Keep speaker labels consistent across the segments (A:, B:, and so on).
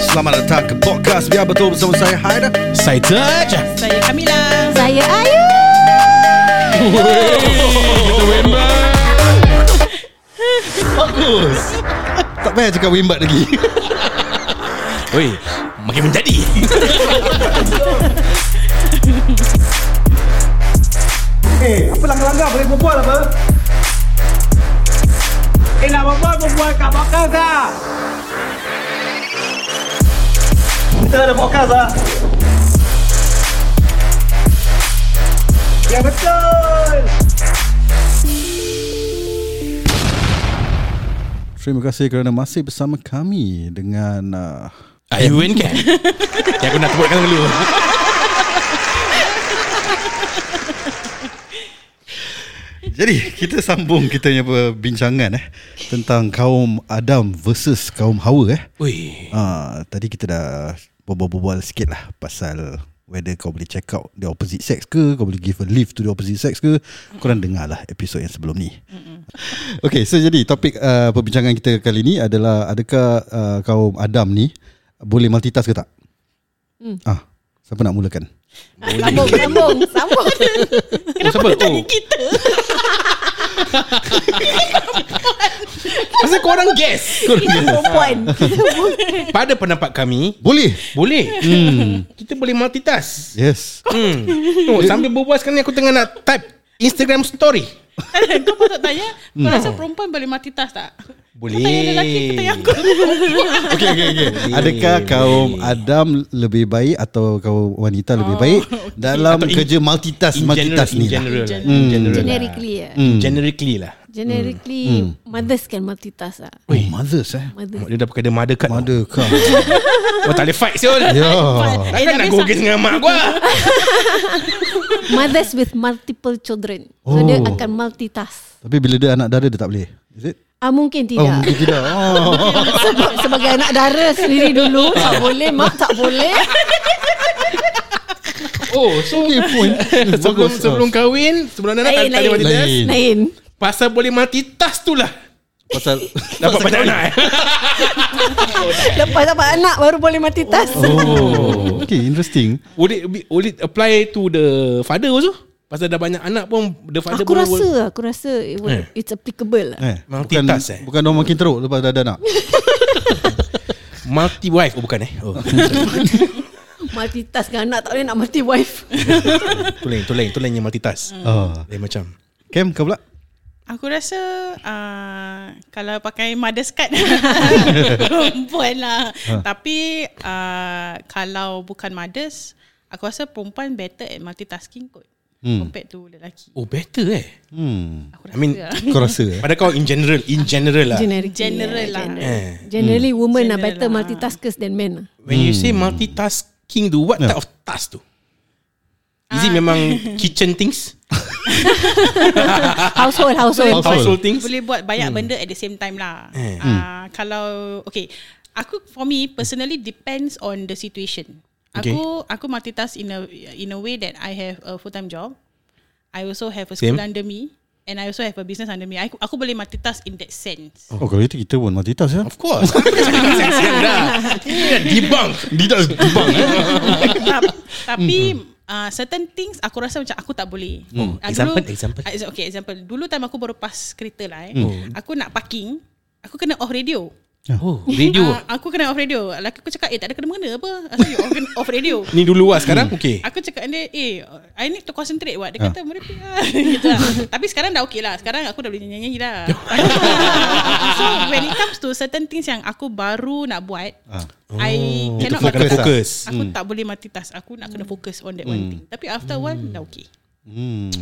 A: Selamat datang ke podcast Biar Betul bersama saya Haida
B: Saya Taj
C: Saya Kamila
D: Saya Ayu
A: Tak payah cakap wimbat lagi
B: Oi Makin menjadi
E: Eh, apa langgar-langgar boleh berbual apa? Eh, nak berbual, berbual kat podcast lah. Kita ada podcast lah. Ya betul.
A: Terima kasih kerana masih bersama kami Dengan uh,
B: Ayu kan kan Yang aku nak tepukkan dulu
A: Jadi kita sambung kita punya perbincangan eh Tentang kaum Adam versus kaum Hawa eh
B: Ui
A: uh, Tadi kita dah berbual-bual sikit lah Pasal whether kau boleh check out the opposite sex ke Kau boleh give a leave to the opposite sex ke Korang dengar lah episod yang sebelum ni Okay so jadi topik uh, perbincangan kita kali ni adalah Adakah uh, kaum Adam ni boleh multitask ke tak? Hmm. Ah, siapa nak mulakan?
D: Sambung Sambung Sambung
B: Kenapa siapa? dia tanya
C: kita?
B: Pasal korang guess
D: Kita perempuan
B: Pada pendapat kami
A: Boleh
B: Boleh hmm. Kita boleh multitask
A: Yes
B: hmm. oh, Sambil berbual sekarang ni aku tengah nak type Instagram story
C: Kau pun tak tanya Kau rasa perempuan boleh mati tas tak?
B: Boleh.
C: Kau tanya lelaki Kau tanya aku
A: Okay okay okay Adakah kaum Adam lebih baik Atau kaum wanita lebih baik Dalam
B: Atau in-
A: kerja multitask
B: In general
A: Multitask
B: In
A: ni lah
B: general,
C: In
B: in general.
D: Generically ya.
B: Mm. Generically lah
D: Generically Mothers can multitask lah
A: Oh mothers eh
D: Mothers
B: Dia dah pakai the mother card
A: Mother kau
B: Oh tak boleh fight siul
A: Ya
B: Takkan nak
C: tapi
B: gogis dengan mak gua
D: Mothers with multiple children So
A: Oh.
D: dia akan multitask
A: Tapi bila dia anak dara Dia tak boleh Is it?
D: Ah mungkin
A: Oh mungkin
D: tidak
A: tidak oh.
D: Sebab sebagai anak dara sendiri dulu Tak boleh Mak tak boleh
B: Oh so
A: Okay pun
B: Sebelum sebelum kahwin Sebelum anak tak
D: Lain
B: tak ada
D: lain
B: multitask
A: Lain.
D: Lain
B: Pasal boleh multitask tu lah
A: Pasal
B: Dapat banyak anak eh
D: Lepas dapat anak Baru boleh multitask
A: Oh Okay interesting
B: Would it, be, would it apply to the father also? Pasal dah banyak anak pun The father
D: Aku
B: pun
D: rasa Aku rasa it will-
B: Eh.
D: It's applicable lah
A: eh, Bukan
B: Multitask, eh?
A: Bukan orang makin teruk Lepas dah ada anak
B: Multi wife Oh bukan eh oh.
D: Multitask dengan anak Tak boleh nak multi wife
B: tu lain tu lain Tu lain yang multitask
A: Ah.
B: Lain Eh, macam
A: Cam kau pula
C: Aku rasa uh, Kalau pakai mother's card Perempuan lah Tapi uh, Kalau bukan mothers Aku rasa perempuan better at multitasking kot
A: Hmm.
C: Compared to lelaki
B: Oh better eh
A: Hmm
C: Aku
B: I mean
A: Kau rasa eh
B: Pada kau in general In general lah
D: Generally
C: General lah
B: eh.
D: Generally women are better
C: General lah.
D: multitaskers than men lah.
B: When you
A: Hmm.
B: say multitasking tu What
A: Yeah.
B: type of task tu? Is it memang kitchen things?
D: Household, household.
A: Household.
B: Household things? Hmm.
C: Boleh buat banyak benda at the same time lah.
B: Eh.
C: Uh, kalau okay, aku for me personally depends on the situation.
B: Okay.
C: Aku aku multitask in a in a way that I have a full time job. I also have a
B: Same.
C: school under me and I also have a business under me. Aku, aku boleh multitask in that sense.
A: Oh kalau itu kita pun multitask ya
B: Of course Aku dah cakap siang-siang dah Ini dah debunk eh.
A: Tidak Bang
C: Ta- Tapi uh, certain things aku rasa macam aku tak boleh.
B: Hmm.
C: Ah,
B: Example, example. Hmm.
C: ah, exa- Okay, example. Dulu time aku baru pas kereta lah eh. Aku nak parking, aku kena off radio.
B: Oh radio
C: Ah, aku kena off radio. Laki aku cakap, eh tak ada kena-mengena apa. Asal you off, off radio.
B: Ni dulu lah sekarang Okay
C: Aku cakap dengan dia, eh I need to concentrate what. Dia
B: Ah.
C: kata, merepek lah. gitu lah. Tapi sekarang dah okay lah. Sekarang aku dah boleh nyanyi-nyanyi dah. so when it comes to certain things yang aku baru nak buat,
A: Ah.
B: Oh.
C: I
A: Need to
C: cannot
B: Kau kena
A: Focus lah.
B: fokus
C: Aku tak boleh multitask. Aku nak kena fokus on that one
B: Hmm.
C: thing. Tapi after a while, dah okay.
A: Hmm,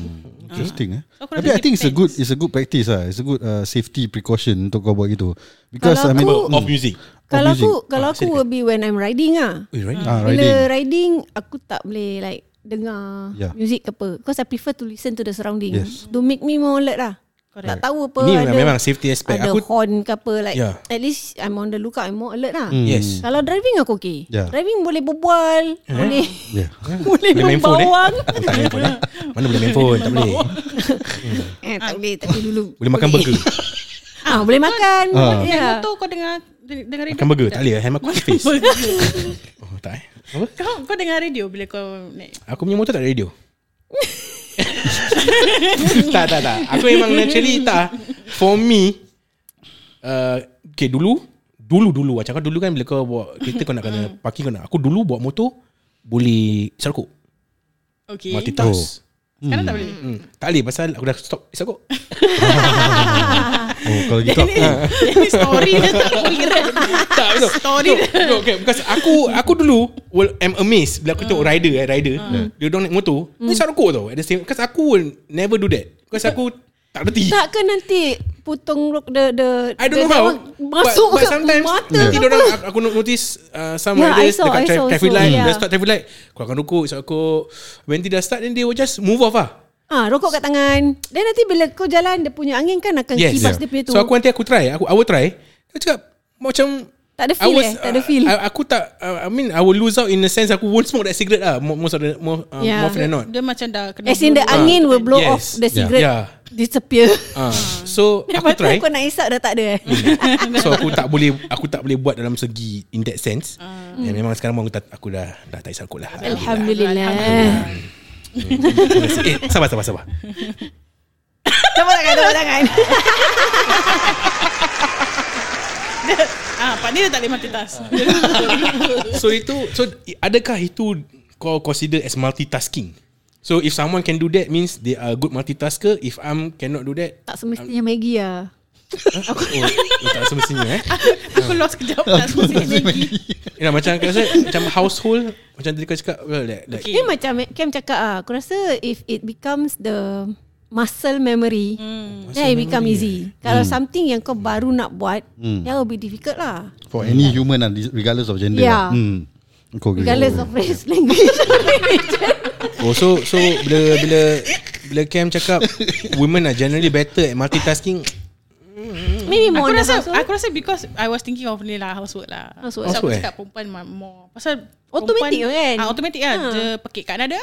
A: interesting eh.
C: So, aku
A: Tapi
C: rasa
A: I think it's a
C: depends.
A: good it's a good practice lah. It's a good uh, safety precaution untuk kau buat gitu. Because I
D: Kalau
A: mean Hmm.
D: aku-
B: Off music
D: Kalau aku,
A: music.
D: kalau
B: Ah,
D: aku will be when I'm riding ah.
B: Ui, right
A: ah, riding.
D: Bila riding, aku tak boleh like dengar
A: Yeah.
B: Ya.
D: music ke apa. Because I prefer to listen to the surrounding.
A: Yes.
D: To make me more alert lah. Tak tahu apa
B: Ni
D: ada,
B: memang safety aspect.
D: Ada
B: Aku- Ya.
D: horn ke apa like
B: Yeah.
D: at least I'm on the lookout I'm more alert lah.
B: Yes
D: Kalau driving aku okay.
A: Yeah.
D: Driving boleh berbual, boleh
A: Yeah.
D: boleh
B: Ya. Eh? Boleh main phone, eh?
D: membawang.
B: Oh, tak boleh handphone eh. Mana boleh main phone Tak boleh
D: Eh, tak boleh, tapi dulu.
B: Boleh makan burger
D: Ah, boleh makan.
A: Ah.
C: Naik
D: Ya.
C: motor kau dengar de- dengar radio
B: Makan burger
C: tak?
B: tak boleh eh? Ham aku face
C: Burger.
B: oh, Tak eh Apa?
C: kau kau dengar radio bila kau naik
B: Aku punya motor tak ada radio Tak tak tak Aku memang naturally tak For me uh, Okay dulu Dulu-dulu Macam kau dulu kan Bila kau bawa kereta Kau nak kena
C: Hmm.
B: parking kau nak Aku dulu bawa motor Boleh serkuk
C: Okay
B: Multitask
C: Sekarang tak boleh
B: Hmm. Tak boleh pasal Aku dah stop serkuk
A: Oh kalau gitu aku
C: Ini story dia tak kira
B: Tak betul
C: Story
B: no,
C: dia
B: no, okay, Because aku Aku dulu well, I'm amazed Bila aku tengok
C: Ah.
B: rider eh, Rider Dia orang naik motor
C: Hmm.
B: Dia serkuk tau At the same Because aku will never do that Because aku Tak reti
D: Tak ke nanti putung rok the the
B: I don't
D: the
B: know how
D: that one
B: but,
D: masuk
B: but
D: ke
B: sometimes
D: mata
B: nanti
D: ke
B: dorang,
D: apa?
B: aku, aku notice uh, Some
D: Yeah, I
B: riders
D: saw,
B: Dekat
D: I
B: tra-
D: saw,
B: traffic
D: I saw.
B: light
D: Yeah.
B: Dah start traffic light Keluarkan rokok Isap rokok When dia dah start Then they will just move off lah
D: Ah, rokok kat tangan. Dan nanti bila kau jalan dia punya angin kan akan
B: Yes
D: kibas dia punya tu.
B: So aku nanti aku try aku, I will try Dia cakap Macam
D: Tak ada
B: I
D: feel
B: was,
D: eh, tak ada feel.
B: Uh, I- aku tak uh, I mean I will lose out in the sense Aku won't smoke that cigarette lah mo- Most of the more, uh,
D: Yeah.
B: more often than not
C: Dia macam dah kena
D: As in the
C: bulu.
D: angin will blow
B: Ah, Yes.
D: off the
A: Yeah.
D: cigarette
B: Yeah.
D: disappear.
B: uh, So aku
D: Lepas tu
B: try
D: kau nak isap dah tak ada eh.
B: So aku tak boleh Aku tak boleh buat dalam segi In that sense uh. Dan memang sekarang pun aku, tak, aku dah Dah tak isap kot lah
D: Ah. Alhamdulillah.
B: Eh sabar sabar sabar
D: Tepuk tangan, tepuk tangan.
C: Ah, Pak ni dia lah. tak boleh multitask
B: So itu So i- adakah itu Kau consider as multitasking So if someone can do that Means they are a good multitasker If I'm cannot do that
D: Tak semestinya Maggie lah.
B: Oh, oh tak semestinya eh
C: Aku lost kejap Tak semua sikit
B: Ya, macam kau rasa Macam household Macam tadi kau cakap well, like, like,
D: Dia macam Cam cakap ah, aku rasa if it becomes the muscle memory, then it become easy. Kalau
B: Hmm.
D: something yang kau baru nak buat, that will be difficult lah.
A: For any human lah, Regardless of gender lah.
D: Yeah.
A: hmm. Kau agree.
D: Regardless of race, language.
B: Oh so So bila Bila Bila Cam cakap Women are generally better At multitasking
D: Maybe more on
C: Aku
D: the
C: rasa
D: household.
C: Aku rasa because I was thinking of ni lah Housework lah
D: Housework.
C: Pasal aku
B: Housework,
C: cakap perempuan ma- more Pasal
D: Automatic
C: perempuan-
D: kan?
C: ah, Automatic lah
D: Ha.
C: Dia pekik kat ada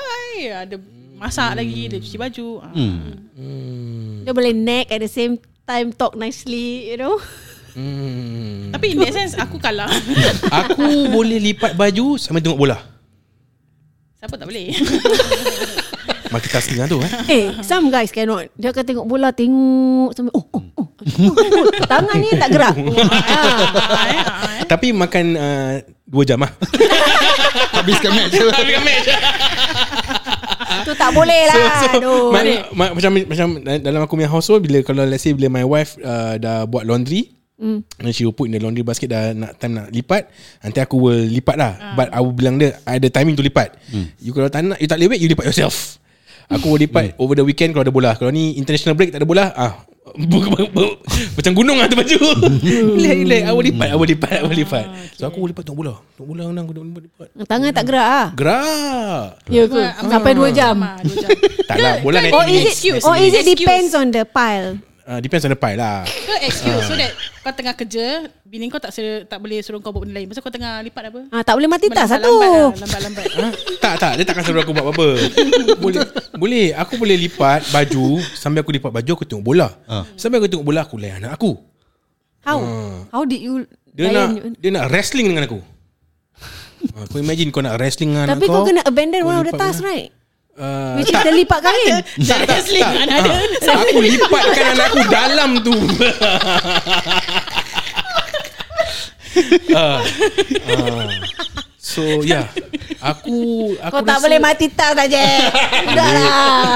C: Ada masak lagi Dia cuci baju Ah.
D: Dia boleh nag at the same time talk nicely, you know.
B: hmm.
C: Tapi in that sense Aku kalah
B: Aku boleh lipat baju Sambil tengok bola
C: Siapa tak boleh
B: Multitasking lah tu eh
D: Eh, some guys cannot. Dia akan tengok bola, tengok sampai oh, oh, oh. oh. Tangan ni tak gerak. ha.
C: Ah, eh, ah, eh.
B: Tapi makan uh, Dua jam lah
A: Habiskan match lah. tu.
D: Tu tak boleh lah.
B: so,
D: Aduh.
B: ma- ma- macam macam dalam aku punya household bila kalau let's say bila my wife uh, dah buat laundry
D: Hmm.
B: mm. and she will put in the laundry basket dah nak time nak lipat nanti aku will lipat lah
D: Ah.
B: but I will bilang dia I ada timing to lipat you kalau tak nak you tak boleh wait you lipat yourself aku will lipat over the weekend kalau ada bola kalau ni international break tak ada bola ah bu- bu- bu- macam gunung lah tu baju
D: Hmm.
B: Relax relax I will lipat I will lipat I will lipat
D: Ah,
B: So aku will lipat tengok bola Tengok bola kan aku tengok bola lipat
D: Tangan tak gerak ah.
B: Gerak
D: Ya ke? Sampai 2 jam.
C: Ah, dua jam.
B: Tak lah bola 90
D: Or Kan? Oh, is
B: minutes
D: it or is it depends on the pile?
B: uh, Depends on the pie lah
C: Ke excuse So that Kau tengah kerja Bini kau tak ser- tak boleh suruh kau buat benda lain Pasal kau tengah lipat apa
D: Ah tak boleh mati tak
C: Lambat-
D: satu.
C: lambat lah, Lambat-lambat
B: Ha? Tak tak Dia takkan suruh aku buat apa-apa Boleh Boleh Aku boleh lipat baju Sambil aku lipat baju Aku tengok bola
A: Ah.
B: Sambil aku tengok bola Aku layan anak aku
D: How? How did you
B: Hmm. Dia
D: layan
B: nak
D: you-
B: Dia nak wrestling dengan aku Ah, Kau imagine kau nak wrestling dengan
D: Tapi
B: anak
D: kau
B: kau
D: kena abandon
B: kau
D: one of the
B: lipat
D: task
B: bola.
D: right?
B: uh,
D: Which is the lipat kain.
B: tak, tak,
C: Wrestling
B: tak.
C: anak dia.
B: Ah, Aku lipatkan anak aku dalam tu Ah, ah. So yeah Aku, aku
D: Kau tak
B: rasa-
D: boleh mati tak saja. lah. Sudahlah.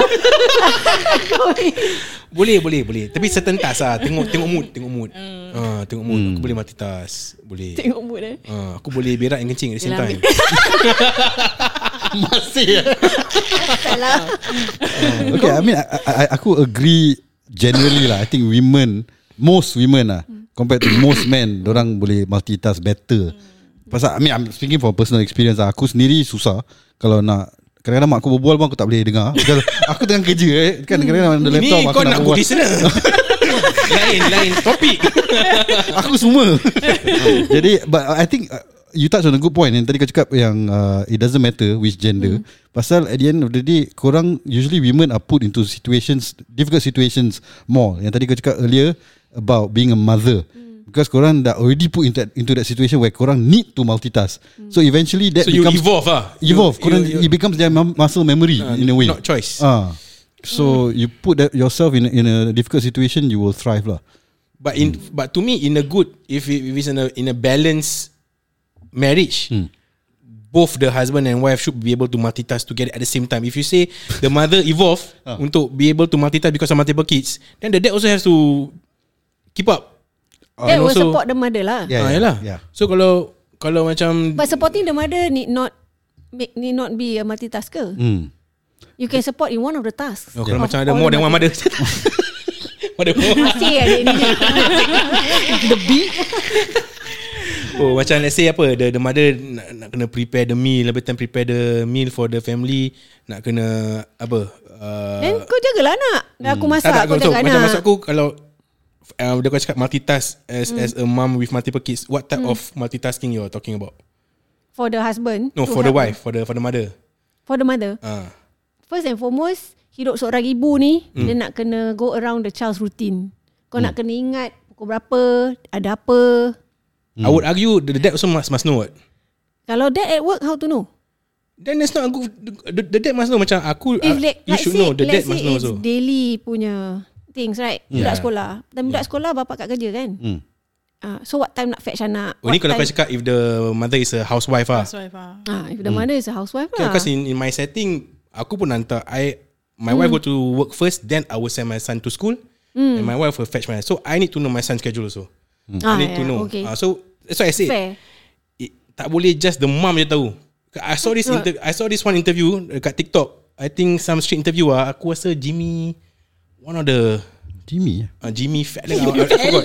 B: Boleh boleh boleh Tapi certain task lah Tengok, tengok mood Tengok mood Ah, Tengok mood Aku boleh multitask Boleh
D: Hmm. Tengok mood eh.
B: Ah, Aku boleh berak dan kencing At the same
D: Yelah,
B: time
A: Masih. eh.
D: Salah.
A: Oh. Okay, I mean, I, I, I- aku agree generally lah. I think women, most women lah, compared to most men, orang boleh multitask better. Pasal, I mean, I'm speaking from personal experience lah. Aku sendiri susah kalau nak Kadang-kadang mak aku berbual pun aku tak boleh dengar Because Aku tengah kerja eh Kan kadang-kadang ada
B: Ini
A: laptop aku
B: kau nak
A: berbual.
B: go listener Lain lain topik
A: Aku semua Jadi But I think uh, You touch on a good point Yang tadi kau cakap Yang uh, It doesn't matter Which gender Pasal at the end of the day Korang Usually women are put into situations Difficult situations More Yang tadi kau cakap earlier About being a mother because korang dah already put into that, into that situation where korang need to multitask. So eventually that
B: So you
A: becomes
B: evolve lah
A: evolve. Korang
B: you-
A: it becomes their mem- muscle memory
B: Ah,
A: in a way.
B: not choice.
A: Ah. So you put that yourself in a- in a difficult situation, you will thrive lah.
B: But in but to me in a good if it, if it's in a in a balanced marriage,
A: Hmm.
B: both the husband and wife should be able to multitask together at the same time. If you say the mother evolve
A: Ah.
B: untuk be able to multitask because of multiple kids, then the dad also has to keep up.
D: That
B: Oh, And
D: will
B: also-
D: support the mother lah.
A: Oh, Yeah,
B: ah,
A: yeah,
B: yalah.
A: yeah.
B: So kalau kalau macam
D: But supporting the mother need not make, need not be a multitasker.
B: Mm.
A: Hmm.
D: You can support in one of the tasks.
B: oh, kalau
D: Of
B: macam ada
D: all
B: more
D: the
B: than one mother.
D: Oh,
B: Mother.
D: Masih adik ni. The beat.
B: Oh macam let's say apa the, the mother nak, nak kena prepare the meal Lebih time prepare the meal for the family Nak kena apa uh,
D: Then kau jagalah anak. Dah aku masak,
B: Mm. tak, tak,
D: kau
B: so,
D: jaga
B: Macam
D: anak.
B: maksud aku Kalau uh, Dia kau cakap multitask as,
D: Hmm.
B: as a mom with multiple kids What type of multitasking You're talking about
D: For the husband.
B: No
D: to
B: for the
D: help.
B: wife For the for the mother
D: For the mother.
B: Ah,
D: First and foremost, hidup seorang ibu ni,
B: Mm.
D: dia nak kena go around the child's routine. Kau nak kena ingat pukul berapa, ada apa.
B: I would argue The dad also must, must know what
D: Kalau dad at work, how to know?
B: Then that's not a good The, the dad must know Macam aku
D: If
B: uh,
D: Eh, like,
B: You
D: let's
B: should
D: say,
B: know The
D: let's
B: dad
D: say
B: must know
D: it's
B: also
D: daily punya things, right? Budak
B: Yeah.
D: sekolah. Dan budak sekolah, bapak kat kerja kan?
A: Hmm.
D: Ah, so what time nak fetch anak?
B: Oh ni kalau
D: What
B: kau
D: time-
B: cakap If the mother is a housewife ah.
C: Housewife ah.
D: Ah, if the
B: Hmm.
D: mother is a housewife lah.
B: Because in, in my setting Aku pun hantar I My wife
D: Hmm.
B: go to work first Then I will send my son to school And my wife will fetch my So I need to know my son's schedule also
D: Ah,
B: I need to
D: yeah,
B: know
D: Okay.
B: Ah, So That's why I say
D: Fair.
B: it, tak boleh just the mom je tahu. I saw this inter- I saw this one interview dekat TikTok. I think some street interview ah. Aku rasa Jimmy one of the
A: Jimmy.
B: uh, Jimmy Fallon. I, I forgot.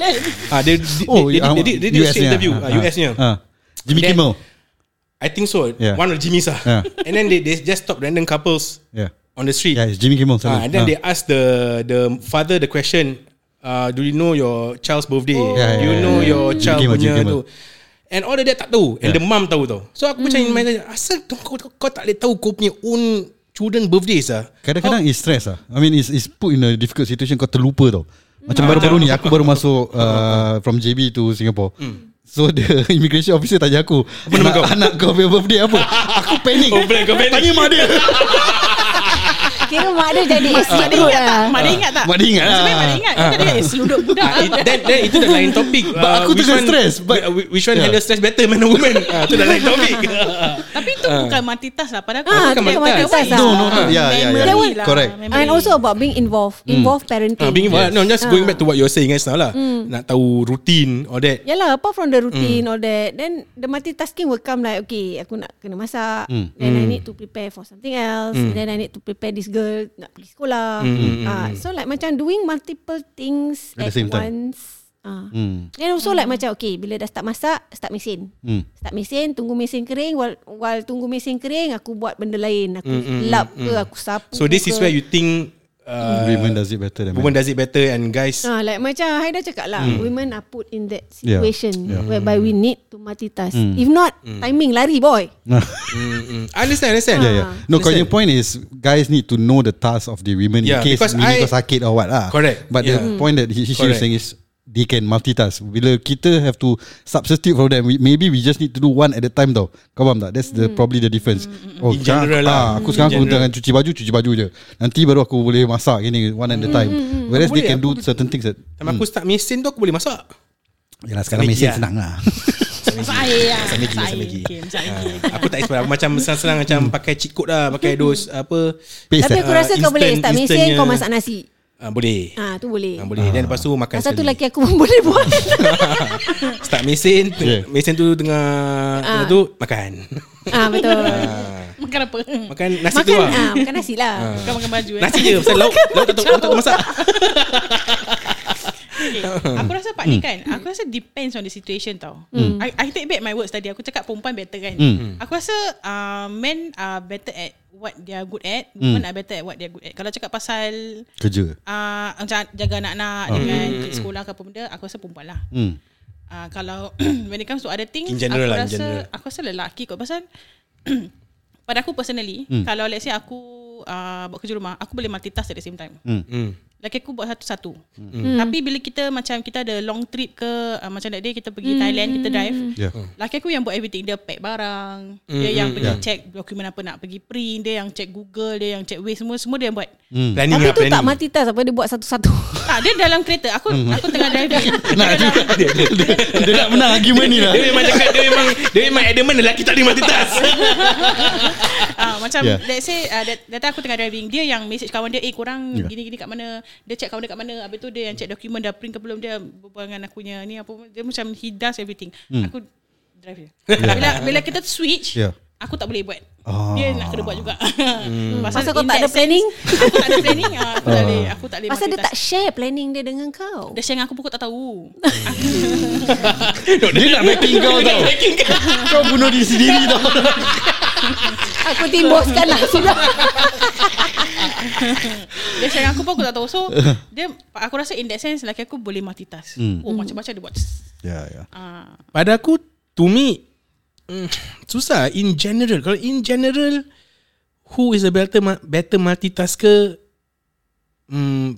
B: Ah, they, they,
A: Oh,
B: they, they, they, did- they did a street interview. ah, US-nya.
A: Uh, Jimmy
B: Then-
A: Kimmel.
B: I think so.
A: Yeah.
B: One of Jimmy's ah.
A: Yeah.
B: And then they, they just stop random couples
A: Yeah.
B: on the street.
A: Yeah, it's Jimmy Kimmel.
B: Ah,
A: sorry.
B: and then
A: Ah.
B: they ask the the father the question, uh, do you know your child's birthday?
A: Oh. Yeah,
B: do you
A: yeah,
B: know
A: yeah,
B: your
A: yeah.
B: child
A: Jim Kimmel, Jim
B: punya
A: Kimmel.
B: tu? And all the dad tak tahu And the mum tahu tau So aku macam
A: Hmm.
B: in my Asal tu kau, kau, kau tak boleh tahu Kau punya own Children birthdays lah
A: Kadang-kadang it's stress lah. I mean, it's, it's put in a difficult situation kau terlupa tau.
B: Ah.
A: Macam baru-baru ni aku baru masuk uh, from JB to Singapore.
B: Hmm.
A: So the immigration officer tanya aku, anak, anak kau punya birthday apa? aku panik.
B: Oh, blank, kau panik.
A: Tanya mak dia.
D: Kira mak dia jadi
B: Ah,
C: Mak
D: escape
C: dia
D: route
C: ingat tak?
D: lah.
C: Mak dia ingat tak?
A: Mak dia ingat lah.
C: Sebenarnya mak dia ingat. Kau tak ingat seluduk budak.
B: Ah, it, then, then itu dah lain topik
A: But aku
B: which
A: tengah
B: one-
A: stress, but-
B: whi- uh, Which one
A: Yeah.
B: handle stress better Man or woman Ah, Itu dah lain topik
C: Tapi itu
B: Ah.
C: bukan multitask lah. Padahal
D: Ah,
C: kau
D: bukan multitask lah.
A: No, no, no.
B: Ya,
A: Yeah, yeah, yeah.
D: That
C: Memory
D: one-
C: lah.
A: Correct.
D: And also about being involved, involved parenting.
B: Ah, Being yes. No just
D: Ah.
B: going back to what you're saying Just now lah
A: Hmm.
B: Nak tahu routine All that
D: Yalah apart from the routine all that Then the multitasking will come like Okay aku nak kena masak Then I need to prepare for something else Then I need to prepare this girl Nak pergi sekolah Ah, So like macam doing multiple things
A: At
D: At,
A: the same time.
D: once Ah.
A: Hmm.
D: Then also like macam Okay bila dah start masak Start mesin
A: Hmm.
D: Start mesin Tunggu mesin kering While, while tunggu mesin kering Aku buat benda lain Aku lap ke Aku sapu
B: So this
D: ke.
B: is where you think uh,
A: Women does it better than
B: Woman
A: men.
B: does it better and guys
D: Ah, like macam Haida cakap lah,
B: Hmm.
D: women are put in that
A: Yeah.
D: situation
A: Yeah.
D: whereby we need to multitask.
B: Hmm.
D: If not, timing lari boy.
A: Ha.
B: Mm, I understand, I understand.
D: Ah.
A: Yeah, yeah. Ya, No, kau punya
B: Understand.
A: point is guys need to know the task of the women
B: Yeah,
A: in case
B: because
A: bini
B: I-
A: kau sakit or what lah.
B: Correct,
A: But
B: yeah.
A: the point that he, she was
B: Correct.
A: saying is they can multitask. Bila kita have to substitute for them, we, maybe we just need to do one at a time tau. Kau faham tak? That's the probably the difference. Oh,
B: In
A: sekarang
B: general
A: aku,
B: lah.
A: ah, aku
B: In
A: sekarang aku
B: general.
A: dengan cuci baju, cuci baju je. Nanti baru aku boleh masak gini one at a time. Whereas
B: Aku
A: they
B: boleh,
A: can do
B: aku-
A: certain things that
B: Time aku start mesin tu aku boleh masak.
A: Yalah Ya sekarang
B: Sampai
A: mesin
B: dia.
A: senang lah
C: Masak air lah.
B: Masak Maggi, masak Maggi.
C: Okay, masak
B: Ah,
C: Maggi.
B: aku tak expert. Aku macam senang-senang macam
A: Hmm.
B: pakai cheat code lah, pakai dos
D: Hmm.
B: apa.
A: Paste
D: Tapi
A: that
D: aku rasa
B: Ah,
D: kau boleh
B: instant-
D: start mesin
B: instantnya.
D: kau masak nasi.
B: Ah, boleh.
D: Ah tu boleh.
B: Ah, boleh. Then lepas tu makan
D: Yang satu
B: sekali.
D: lelaki aku pun boleh buat.
B: Start mesin,
A: Yeah.
B: teng- mesin tu tengah tengah tu makan.
D: ah betul.
C: Makan apa?
B: Makan nasi tu
D: makan
B: lah.
D: ah makan nasi lah.
C: Bukan makan baju eh.
B: Nasi je pasal lauk. Lauk tak tahu lauk tak tahu masak.
C: Okay. Aku rasa part ni kan Aku rasa depends on the situation tau I, I take back my words tadi Aku cakap perempuan better kan
B: Hmm.
C: Aku rasa uh, Men are better at What they are good at Women are better at what they are good at Kalau cakap pasal
A: Kerja
C: uh, Macam jaga anak-anak Dengan
B: Hmm.
C: sekolah ke apa benda Aku rasa perempuan lah
A: Hmm.
C: uh, Kalau When it comes to other things
B: In general
C: aku
B: lah, in
C: rasa,
B: general.
C: Aku rasa lelaki kot Pasal Pada aku personally Kalau let's say aku uh, Buat kerja rumah Aku boleh multitask at the same time
B: Hmm.
C: Laki aku buat satu-satu hmm. Tapi bila kita Macam kita ada long trip ke uh, Macam that day kita pergi Thailand Kita drive
A: Yeah.
C: Laki aku yang buat everything Dia pack barang Dia yang pergi check Dokumen apa nak pergi print Dia yang check Google Dia yang check Waze Semua semua dia yang buat
B: Planning
D: Tapi
B: lah
D: tu
B: planning.
D: tak multitask apa dia buat satu-satu.
C: Tak dia dalam kereta Aku aku tengah driving
A: Nak juga dia, dia, dia, dia nak menang argument ni lah
B: Dia memang cakap Dia memang Dia memang adamant Lelaki tak boleh multitask
C: Ah, macam
A: Yeah.
C: yeah. let's say uh, that, that time aku tengah driving dia yang message kawan dia eh korang
A: Yeah.
C: yeah. gini-gini kat mana dia check kawan dia kat mana habis tu dia yang check dokumen dah print ke belum dia berbual dengan aku punya ni apa dia macam he does everything aku drive je bila bila kita switch
A: Hmm. Yeah.
C: aku tak boleh buat
A: Ah.
C: dia nak kena buat juga hmm.
D: Pasal kau tak ada planning?
C: aku tak ada planning ah, aku tak boleh aku tak boleh
D: Pasal dia tak
C: multitask.
D: share planning dia dengan kau.
C: dia share dengan aku pun aku tak tahu
A: Dia nak backing kau tau Kau bunuh diri sendiri tau
D: Aku timboskan lah sudah.
C: Dia share dengan aku pun aku tak tahu So dia, Aku rasa in that sense Laki aku boleh multitask
A: Hmm.
C: Oh macam-macam dia buat
A: Ya ya
C: Ah,
B: Pada aku To me mm, Susah In general Kalau in general Who is a better mu- Better multitasker mm,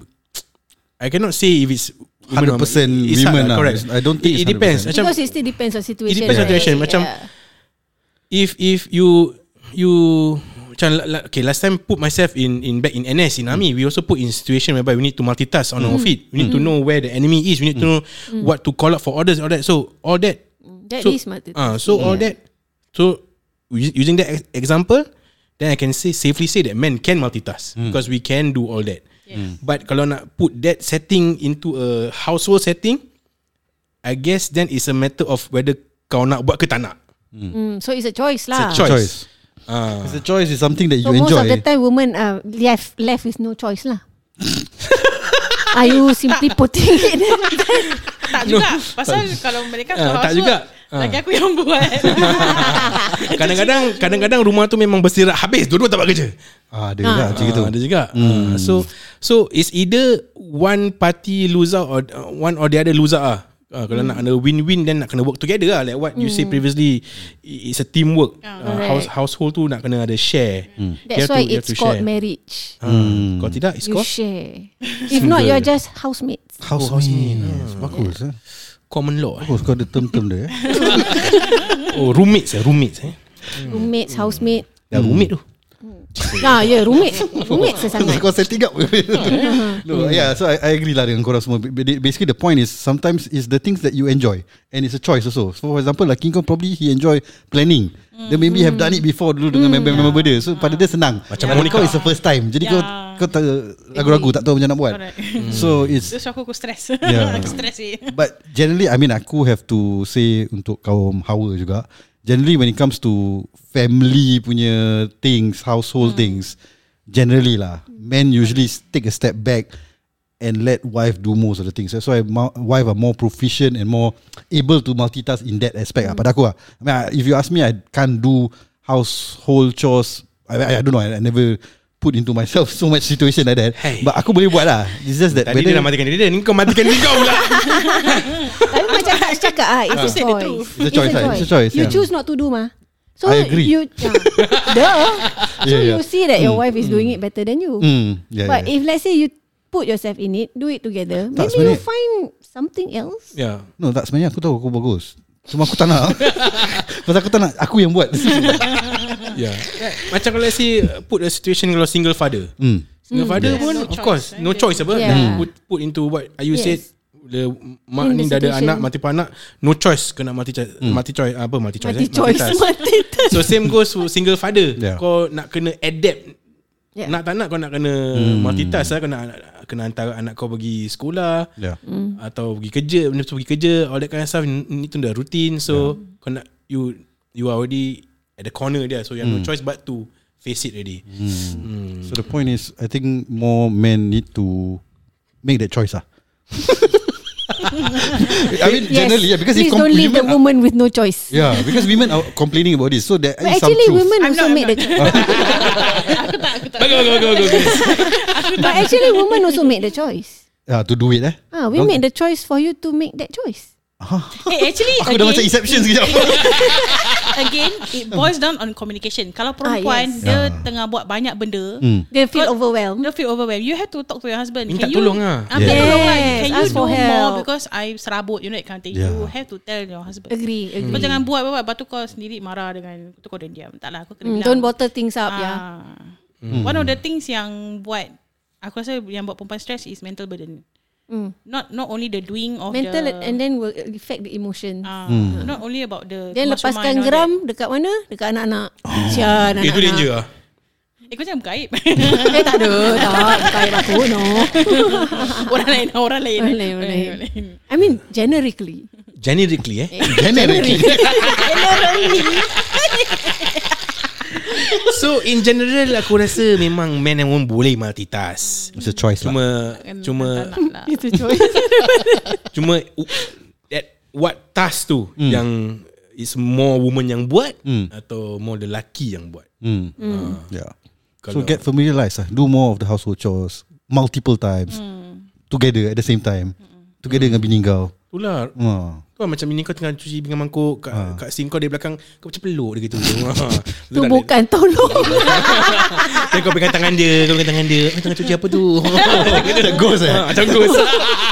B: I cannot say if it's women or-
A: 100%
B: It's hard
A: women
B: lah,
A: lah.
B: correct.
A: I don't think
B: it, it
A: it's
B: depends.
A: 100%.
B: Macam
D: Because it still depends on situation.
B: depends on
D: right?
B: situation. Macam
D: Yeah.
B: if if you you macam la- la- okay last time put myself in in back in NS in
A: Hmm.
B: army we also put in situation whereby we need to multitask on our feet we need to know where the enemy is we need
A: Hmm.
B: to know what to call out for orders all that so all that
D: That
B: so,
D: is multitask.
B: ah, so all that so u- using that ex- example then I can say safely say that men can multitask because we can do all that but kalau nak put that setting into a household setting I guess then it's a matter of whether kau nak buat ke tak nak
D: Mm, so it's a choice
B: Hmm.
D: lah.
B: it's a choice,
A: Choice.
B: Ah.
A: It's a choice is something that you
D: So most
A: enjoy
D: of the time women are left left with no choice lah. are you simply putting it?
C: Tak juga Pasal kalau mereka
B: Ah,
C: uh,
B: tak juga. Ah.
C: Lagi aku yang buat
B: Kadang-kadang Kadang-kadang rumah tu Memang bersirat habis Dua-dua tak buat kerja
A: Ah, Ada lah macam gitu
B: Ah, Ada juga hmm. So So it's either One party lose out Or uh, one or the other lose out lah Ah, kalau nak ada win-win Then nak kena work together lah Like what you say previously i- It's a teamwork Ah,
D: Hmm. Correct.
B: house, Household tu nak kena ada share
D: That's why it's called marriage.
B: ha. hmm. Kalau tidak it's
D: You
B: called
D: share. If not, you're just housemates.
A: Housemate Oh, yes. Bagus eh.
B: Common law eh?
A: Bagus kau ada term-term dia eh.
B: Oh roommates eh Roommates eh
A: Mm.
B: Hmm.
D: Roommates, housemate.
B: Dah roommate tu
D: Nah, yeah, roommate. Roommate sesangat.
A: Kau setting up
D: Hmm.
A: No yeah So I, I agree lah Dengan korang semua Ba- ba- Basically the point is Sometimes is the things That you enjoy And it's a choice also So for example Like King Kong probably He enjoy planning Then maybe have done it before Dulu dengan
D: Hmm.
A: member-member dia So pada dia senang Macam Monica Kau is the first time Jadi kau
C: Yeah.
A: Kau tak ragu-ragu Tak tahu macam nak buat
C: Correct.
A: So it's
C: Terus aku, aku stres
B: Ya.
A: Yeah.
C: Aku stres eh
A: But generally I mean aku have to say Untuk kaum hawa juga Generally when it comes to Family punya things
B: Hmm.
A: Household things Generally lah Men usually s- take a step back And let wife do most of the things That's why ma- wife are more proficient And more able to multitask In that aspect lah
B: Hmm.
A: Pada aku lah I mean, I- If you ask me I can't do Household chores I, I, I don't know I, I never put into myself so much situation like that
B: Hey.
A: but aku boleh buat lah it's just that
B: Tadi
A: whether-
B: dia dah matikan diri dia Ni kau matikan diri kau pula
D: Tapi macam tak cakap ah, it's a
C: said the
D: choice.
C: truth.
A: It's a choice, ah, it's a choice,
D: You
A: yeah.
D: choose not to do mah. So
A: I agree.
D: You, yeah. Duh. So
A: Yeah, yeah.
D: you see that your wife is doing it better than you.
A: Mm, yeah,
D: But
A: yeah.
D: if let's say you put yourself in it, do it together,
A: Tak,
D: maybe you
A: sebenarnya-
D: find something else.
B: Yeah
A: No tak sebenarnya aku tahu aku bagus Cuma aku tak nak Pasal aku tak nak Aku yang buat
B: Yeah. ya. Macam kalau let's say uh, put a situation kalau single father.
A: Hmm.
B: Single father
C: There's
B: pun
C: no
B: of
C: choice,
B: course
C: right?
B: no choice apa.
D: Yeah.
B: Yeah. Put put into what you
D: Yes.
B: said the mak
D: In
B: ni
D: the
B: dah ada
D: situation.
B: anak mati anak no choice kena mati choice mati choice ah, apa mati choice
D: Multi choice,
B: Multitask.
D: multi
B: so same goes to single father
A: Yeah.
B: kau nak kena adapt
D: Yeah.
B: nak tak nak kau nak kena multitask lah. kau nak kena hantar anak kau pergi sekolah
A: yeah.
D: Hmm.
B: atau pergi kerja benda tu pergi kerja all that kind of stuff you need to do a routine so yeah. kau nak you you are already at the corner there so you have mm. no choice but to face it already mm.
D: Hmm.
A: So the point is I think more men need to Make that choice lah I mean
D: Yes.
A: generally yeah, Because
D: Please
A: if com-
D: don't leave the
A: women are,
D: woman with no choice.
A: Yeah because women are complaining about this So there
D: But
A: is some
D: actually,
A: truth
D: women
C: I'm
D: also
C: not, I'm
D: made the choice.
C: Aku tak Aku tak
B: Bagus, bagus, bagus, bagus, bagus.
D: But actually, women also made the choice.
A: yeah, To do it eh
D: Ah, we
A: Don't-
D: made the choice for you to make that choice.
C: Eh actually
A: Aku dah
C: okay,
A: macam exception sekejap
C: again it boils down on communication. Kalau perempuan
D: yes.
C: dia
A: Ah.
C: tengah buat banyak benda,
B: Hmm.
D: They feel
C: Kau-
D: overwhelmed.
C: you feel overwhelmed. You have to talk to your husband.
B: Minta
C: Can you,
B: tolong ah.
C: Ah, Minta
A: Yeah.
C: tolong lah.
D: Yes,
C: Can you
D: ask
C: do
D: for
C: more
D: help.
C: because I serabut you know that kind of thing.
A: Yeah.
C: You have to tell your husband.
D: Agree,
C: Kau
D: agree.
C: jangan buat apa lepas tu kau sendiri marah dengan tu kau dah diam. Tak lah, kau kena
D: Mm,
C: bilang.
D: Don't bottle things up, ya. yeah.
C: Ah. One of the things yang buat aku rasa yang buat perempuan stress is mental burden.
D: Mm.
C: Not not only the doing of
D: Mental
C: the,
D: and then will affect the emotion.
C: ah, not only about the
D: Then
C: mastermind
D: lepaskan
C: all
D: geram dekat mana? Dekat anak-anak. Oh. Sian anak-anak.
B: Itu danger lah
C: that. Eh kau jangan gaib.
D: Eh tak ada. Tak. Bukan aku. No.
C: orang lain orang lain.
D: Orang lain, orang lain. I mean generically.
B: Generically eh
A: Generally
B: So in general Aku rasa memang Man and woman boleh multitask
A: It's a choice lah
B: Cuma Cuma
C: Tak nak lah.
D: Itu choice.
B: Cuma u- that What task tu Yang Is more woman yang buat Atau more lelaki yang buat
A: Hmm. Yeah. So
B: Kalau-
A: get familiarised lah. Do more of the household chores multiple times together at the same time. Together dengan bini kau.
B: Itulah
A: Ha.
B: Kau macam ini kau tengah cuci pinggan mangkuk kat, ha. kat sink kau dari belakang kau macam peluk dia gitu. Ha.
D: Itu bukan tolong.
B: Dia kau pegang tangan dia, kau pegang tangan dia. Eh, tengah cuci apa tu? Macam ghost eh. Macam ghost.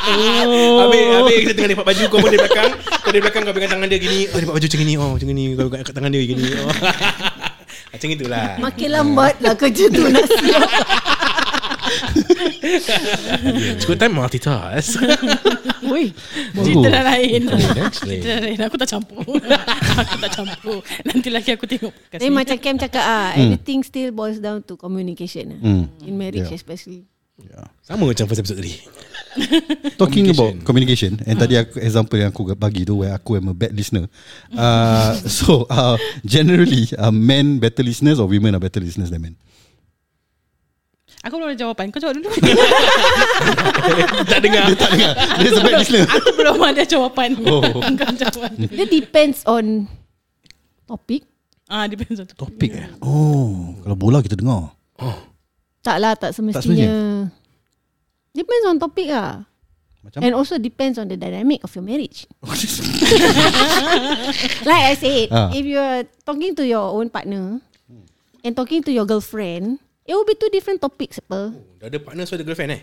B: Oh. Habis habis kita tengah lipat baju kau pun dari belakang. Kau dari belakang kau pegang tangan dia gini. Oh lipat baju macam gini. Oh macam gini. Kau pegang kat tangan dia gini. Oh. macam itulah.
D: Makin lambat lah kerja tu nak siap.
B: Cukup time multitask.
C: Woi, cerita dah lain.
B: actually.
C: cerita dah lain. Aku tak campur. aku tak campur. Nanti lagi aku tengok. kat
D: Tapi
C: sini.
D: macam Cam cakap ah, everything still boils down to communication ah.
A: Hmm.
D: In marriage
A: Yeah.
D: especially.
A: Yeah.
B: Sama macam first episode tadi.
A: Talking
B: Communication.
A: about communication And tadi aku, example yang aku bagi tu Where aku am a bad listener uh, So uh, Generally uh, Men better listeners Or women are better listeners than men
C: Aku belum ada jawapan. Kau jawab dulu.
B: tak dengar. Dia tak dengar.
A: There's a bad listener
C: aku belum ada jawapan.
A: Oh.
C: Kau jawab.
D: Dia depends on topik.
C: Ah, depends on tu.
A: Topik eh Oh Kalau bola kita dengar
D: Taklah tak semestinya. Depends on topic ah.
A: Macam
D: And also depends on the dynamic of your marriage. Like I said,
A: Ah.
D: if you're talking to your own partner and talking to your girlfriend, it will be two different topics apa.
B: Dah ada partner so ada girlfriend eh?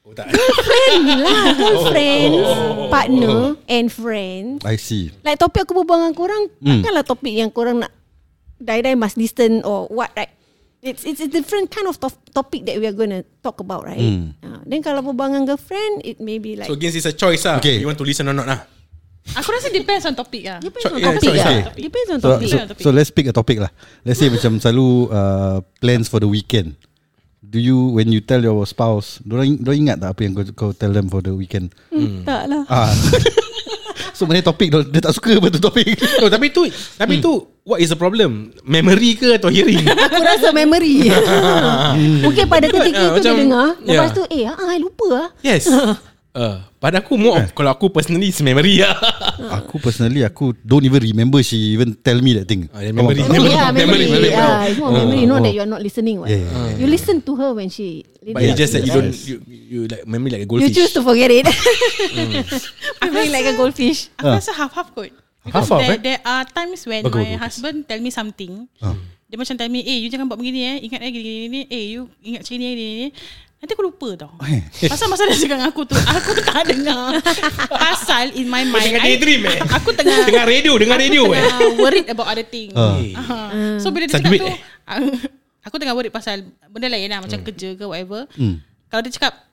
B: Oh tak.
D: Friend lah,
A: Oh.
D: girlfriend, partner and friend.
A: I see
D: Like topik aku berbual dengan korang,
A: Hmm.
D: takkanlah topik yang korang nak die-die must listen or what right? It's it's a different kind of top- topic that we are going to talk about right?
A: Hmm.
D: Ah, then kalau berbual dengan girlfriend, it may be like
B: So again it's a choice lah.
A: Okay.
B: You want to listen or not lah.
C: Aku rasa depends on topik lah.
D: depends
B: so-
D: on
B: yeah,
D: topic
B: so-
D: lah.
A: okay.
D: Depends on
A: So,
D: topic.
A: so, so let's pick a topic lah. Let's say macam selalu uh, plans for the weekend. Do you when you tell your spouse, dorang dorang ingat tak apa yang kau, kau tell them for the weekend?
D: Hmm, tak lah.
A: Ah. so mana topik dia, dia tak suka betul topik.
B: No, tapi tu tapi tu what is the problem? Memory ke atau hearing?
D: Aku rasa memory Mungkin pada ketika
B: Ah,
D: itu
B: macam-
D: dia dengar Lepas
B: yeah.
D: tu Eh ah, ah, lupa lah
B: yes. Uh, pada aku more of, kalau aku personally is memory lah.
A: aku personally aku don't even remember she even tell me that thing.
B: Ah, dia memory.
D: Oh,
A: Faham tak?
B: Memory, memory, memory.
D: ah, It's more
A: Ah.
D: memory
A: Oh.
D: Not that you are not listening what.
A: Yeah, yeah, yeah.
D: You listen to her when she
B: But it's just that you don't
A: Yes.
B: you, you like memory like a
D: You
B: goldfish.
D: choose to forget it
A: Mm.
D: I'm being like a goldfish
C: Aku rasa half-half kot.
B: Ah.
C: Because
B: Half-half,
C: there,
B: eh?
C: there are times when
B: Bagus,
C: my
B: bagus.
C: husband tell me something.
A: Ah.
C: Dia macam tell me, eh you jangan buat begini eh. Ingat eh gini gini. Eh you ingat macam ni eh, gini gini. Nanti aku lupa tau.
D: Hmm.
A: Eh.
C: Pasal masa dia cakap dengan aku tu, aku tak dengar. Pasal in my mind,
B: tengah daydream, eh?
C: aku tengah
B: dengar radio, dengar radio eh.
C: tengah worried about other things.
A: Ah.
C: Ha. So bila dia
B: Pasal
C: cakap
B: duit
C: tu
B: eh?
C: Aku tengah worried pasal Benda lain lah Macam kerja ke whatever
A: Hmm.
C: Kalau dia cakap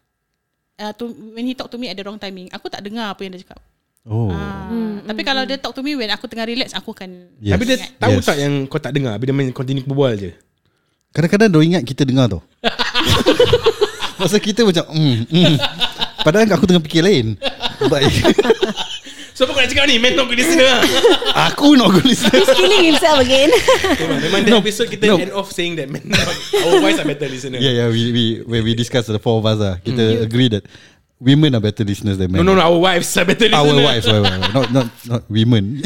C: uh, to, When he talk to me at the wrong timing Aku tak dengar apa yang dia cakap
A: Oh.
C: Ah,
D: Hmm,
C: Tapi kalau dia talk to me When aku tengah relax Aku akan
A: Yes.
B: Tapi dia
A: Yes.
B: tahu tak yang kau tak dengar Bila main continue berbual je
A: Kadang-kadang dia ingat kita dengar tau. Masa kita macam mm, mm. Padahal aku tengah fikir lain. But
B: So apa kau nak cakap ni Man talk to listener lah
A: Aku not good listener
D: He's killing himself again
B: Memang memang that episode kita
A: no.
B: end off saying that Man Our voice are better listener
A: Yeah yeah we, we When we discuss The four of us lah Kita agree that Women are better listeners than men
B: No no no Our wives are better listener
A: Our wives our, wives. Not, not, not women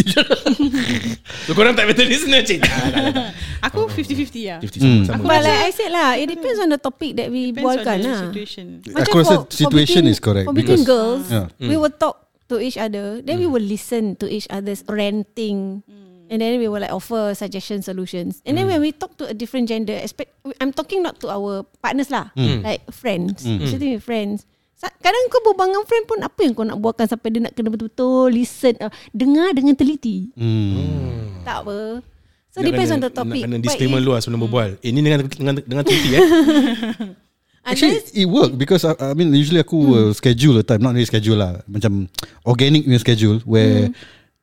B: So korang tak better listener cik Tak, tak, tak.
C: Aku 50-50 lah
B: Sama, sama.
D: But like I said lah It depends on the topic That we
C: Depends on
D: bualkan
C: the
D: lah
C: situation
A: Aku rasa situation
D: between-
A: is correct
D: For
A: because-
D: between girls
A: Yeah. Mm.
D: We will talk to each other Then we will listen to each other's ranting And then we will like offer suggestion solutions. And then
A: Mm.
D: when we talk to a different gender, expect, I'm talking not to our partners lah,
A: Mm.
D: like friends. Especially with friends. Sa- Kadang kau berbual dengan friend pun apa yang kau nak buatkan sampai dia nak kena betul-betul listen, uh, dengar dengan teliti.
A: Mm. Hmm.
D: Tak apa.
B: Nak
D: So depends
B: kena-
D: on the topic.
B: Nak kena
D: But
B: disclaimer
D: if-
B: luar sebelum berbual. Eh, ni dengan dengan dengan teliti eh.
A: Actually
D: Unless,
A: it work Because uh, I, I mean Usually aku hmm. will schedule a time Not really schedule lah Macam Organic punya schedule Where hmm.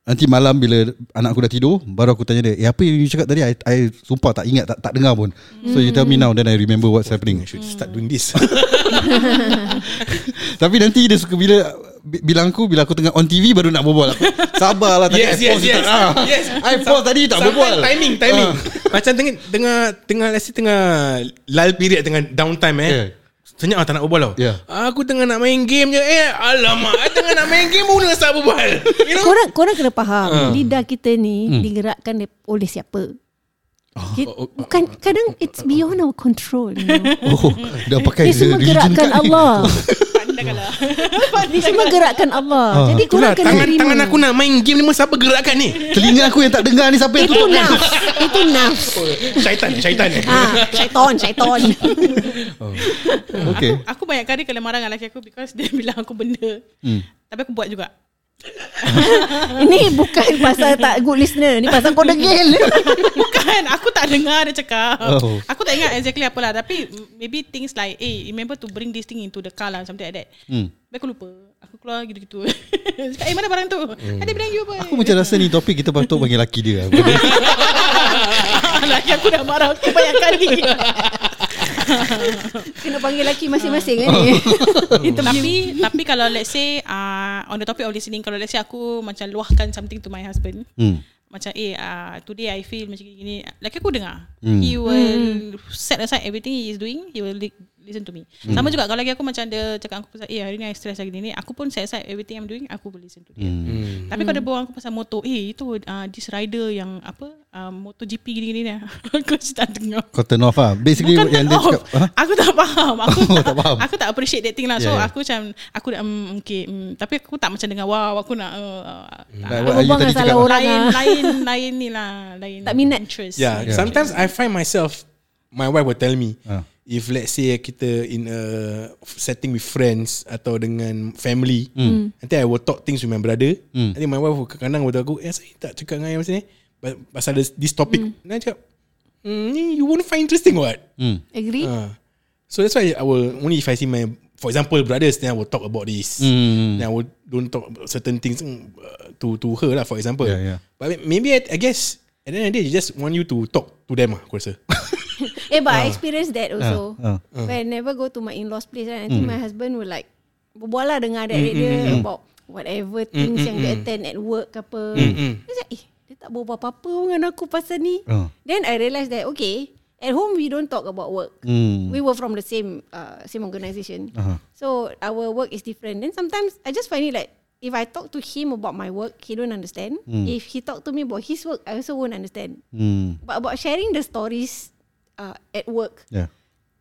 A: Nanti malam bila Anak aku dah tidur Baru aku tanya dia Eh apa yang you cakap tadi I, I sumpah tak ingat Tak, tak dengar pun So you tell me now Then I remember what's happening
B: Should start doing this.
A: Tapi nanti dia suka bila bi- bilang aku bila aku tengah on TV baru nak berbual aku. Sabarlah tadi I
B: yes, yes,
A: pause
B: yes.
A: tak, ah.
B: yes.
A: I pause tadi tak berbual.
B: Sometimes Timing, timing.
A: Ah.
B: Macam tengah tengah tengah let's say tengah lull period tengah downtime eh.
A: Yeah.
B: Senyap ah, tak nak berbual tau
A: Yeah.
B: Aku tengah nak main game je Eh alamak I tengah nak main game Pun nak start berbual You know Ah. Hmm.
D: korang, korang kena faham Lidah kita ni Digerakkan dip- oleh siapa
B: Ah.
D: Ki- Bukan Kadang it's beyond our control you know.
A: Oh, dah pakai
D: Ini
B: kan?
D: semua
A: religion kan?
D: gerakan
A: card ni.
D: Allah
C: Pandanglah.
D: Ini semua gerakan Allah Jadi
B: Ah. Itulah,
D: korang kena
B: tangan,
D: terima
B: tangan aku nak main game ni Masa apa gerakan ni
A: Telinga aku yang tak dengar ni siapa yang
D: Itu
A: tutup?
D: nafs Itu nafs
B: Syaitan Syaitan eh.
D: ha, Syaiton Syaiton
A: Okay.
C: Aku banyak kali kena marah dengan lelaki aku because dia bilang aku benda. Hmm. Tapi aku buat juga.
D: Ini bukan pasal tak good listener Ini pasal kau degil
C: Bukan, aku tak dengar dia cakap.
A: Oh.
C: Oh. Aku tak ingat exactly apa lah. Tapi m- maybe things like, eh, remember to bring this thing into the car lah. Something like that.
A: Hmm.
C: Tapi aku lupa. Aku keluar gitu-gitu. Cakap, eh, mana barang tu? Hmm. Ada bilang you apa?
A: Aku macam rasa ni topik kita patut panggil laki dia.
C: Lagi aku dah marah aku banyak kali.
D: Kena panggil lelaki masing-masing kan ni
C: Itu tapi tapi kalau let's say uh, on the topic of listening kalau let's say aku macam luahkan something to my husband
A: Hmm.
C: macam eh uh, today I feel macam gini lelaki aku dengar
A: Hmm.
C: he will set aside everything he is doing he will li- listen to me
A: Hmm.
C: sama juga kalau lagi aku macam dia cakap aku pasal eh hari ni I stress lagi ni aku pun set aside everything I'm doing aku will listen to dia
A: hmm.
C: tapi kalau dia bawa aku pasal motor eh itu uh, this rider yang apa uh, MotoGP gini-gini ni aku tak dengar
A: Kau turn off lah. Basically
C: Bukan
A: yang
C: yang
A: dia cakap. Ha?
C: Aku tak faham. Aku
A: Oh,
C: tak,
A: tak faham.
C: Aku tak appreciate that thing lah. So
A: Yeah, yeah.
C: aku macam aku dah um, okay. Um, tapi aku tak macam dengan wow aku nak uh, tak,
A: Like what
D: Berbual
A: you tadi
D: dengan salah
A: cakap.
D: orang
C: lain
D: ah.
C: lain lain ni lah. Lain
D: Tak minat.
C: interest.
B: Yeah,
A: Yeah.
B: sometimes I find myself my wife will tell me
A: Ah.
B: if let's say kita in a setting with friends atau dengan family
A: Hmm.
B: nanti I will talk things with my brother
A: Mm.
B: nanti my wife will kadang will tell aku eh saya tak cakap dengan ayah masa ni Pas- pasal this, this topic Then I cakap mm, ni you won't find interesting what
A: Hmm.
D: Agree
B: Ah. so that's why I will only if I see my for example brothers then I will talk about this
A: Hmm.
B: then
D: Ya.
B: I would don't talk about certain things mm, uh, to to her lah. For example,
A: Yeah, yeah.
B: but may- maybe I, I guess at the end of the day, they just want you to talk to them. Ah, aku rasa.
D: Eh but I experienced that also
A: ah, Hmm.
D: Whenever go to my in-laws place right, I think my husband will like Berbual lah dengan adik-adik dia About whatever things yang dia attend at work ke apa Dia cakap eh dia tak berbual apa-apa pun dengan aku pasal ni
A: Ah.
D: Then I realise that okay At home we don't talk about work
A: Hmm.
D: We were from the same uh, same organisation
A: Uh-huh.
D: So our work is different Then sometimes I just find it like If I talk to him about my work He don't understand If he talk to me about his work I also won't understand
A: Hmm.
D: But about sharing the stories uh, at work,
A: Yeah.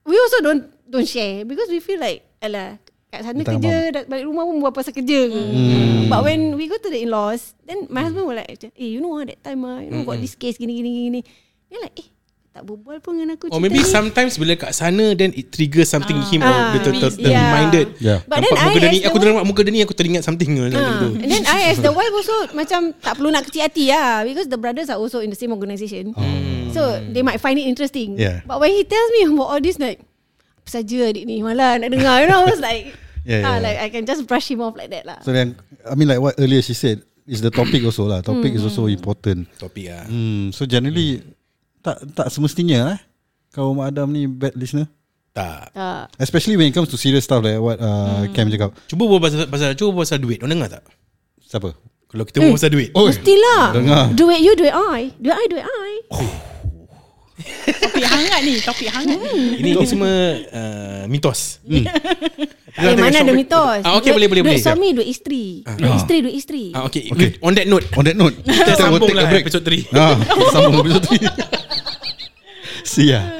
D: we also don't don't share because we feel like, alah, kat sana
A: Tak
D: kerja, dah balik rumah pun buat pasal kerja ke.
A: Hmm.
D: But when we go to the in-laws, then my husband will like, eh, you know ah, that time ah, you know
A: Hmm.
D: got this case gini gini gini. Dia like, eh, tak berbual pun dengan aku.
B: Or
D: cerita
B: maybe
D: ni."
B: sometimes bila kat sana, then it trigger something in him or the,
D: Ah,
B: the, the, the
D: yeah.
B: reminded.
A: Yeah.
D: But
B: nampak
D: then I
B: muka dia ni,
D: as
B: aku
D: the
B: ternampak muka dia ni, aku teringat something. Ah. macam tu.
D: And then I as the wife also macam tak perlu nak kecil hati lah because the brothers are also in the same organisation.
B: Hmm.
D: So they might find it interesting.
A: Oh. Yeah.
D: But when he tells me about all this like apa saja adik ni malah nak dengar you know I was like
A: Yeah, yeah,
D: ah,
A: yeah.
D: like I can just brush him off like that lah.
A: So then I mean like what earlier she said is the topic also lah. Topic
D: Hmm.
A: is also important.
B: Topik ah.
A: Hmm. So generally tak tak semestinya eh. Kau Mak Adam ni bad listener.
B: Tak.
D: Ah,
A: Especially when it comes to serious stuff like what uh, Cam cakap.
B: Cuba buat pasal, pasal, cuba buat pasal duit. Orang dengar tak?
A: Siapa?
B: Kalau kita
D: Hmm.
B: buat pasal duit.
A: Oi.
D: Mestilah
A: dengar.
D: Do it you do it I Do it I do it I
B: Oh,
C: Topik hangat ni, topik hangat. ni.
B: Ini, ini semua uh, mitos. Hmm.
D: Eh mana ada mitos
B: Ah, okay,
D: Duit-
B: boleh, boleh,
D: Duit
B: boleh.
D: suami duit isteri Duit isteri duit isteri
B: Ah, okay. okay. On that note,
A: On that note,
B: kita
A: will
B: sambung
A: take a Ah,
B: lah
A: break.
B: episode 3.
A: Ah, kita sambung episode 3. See ya.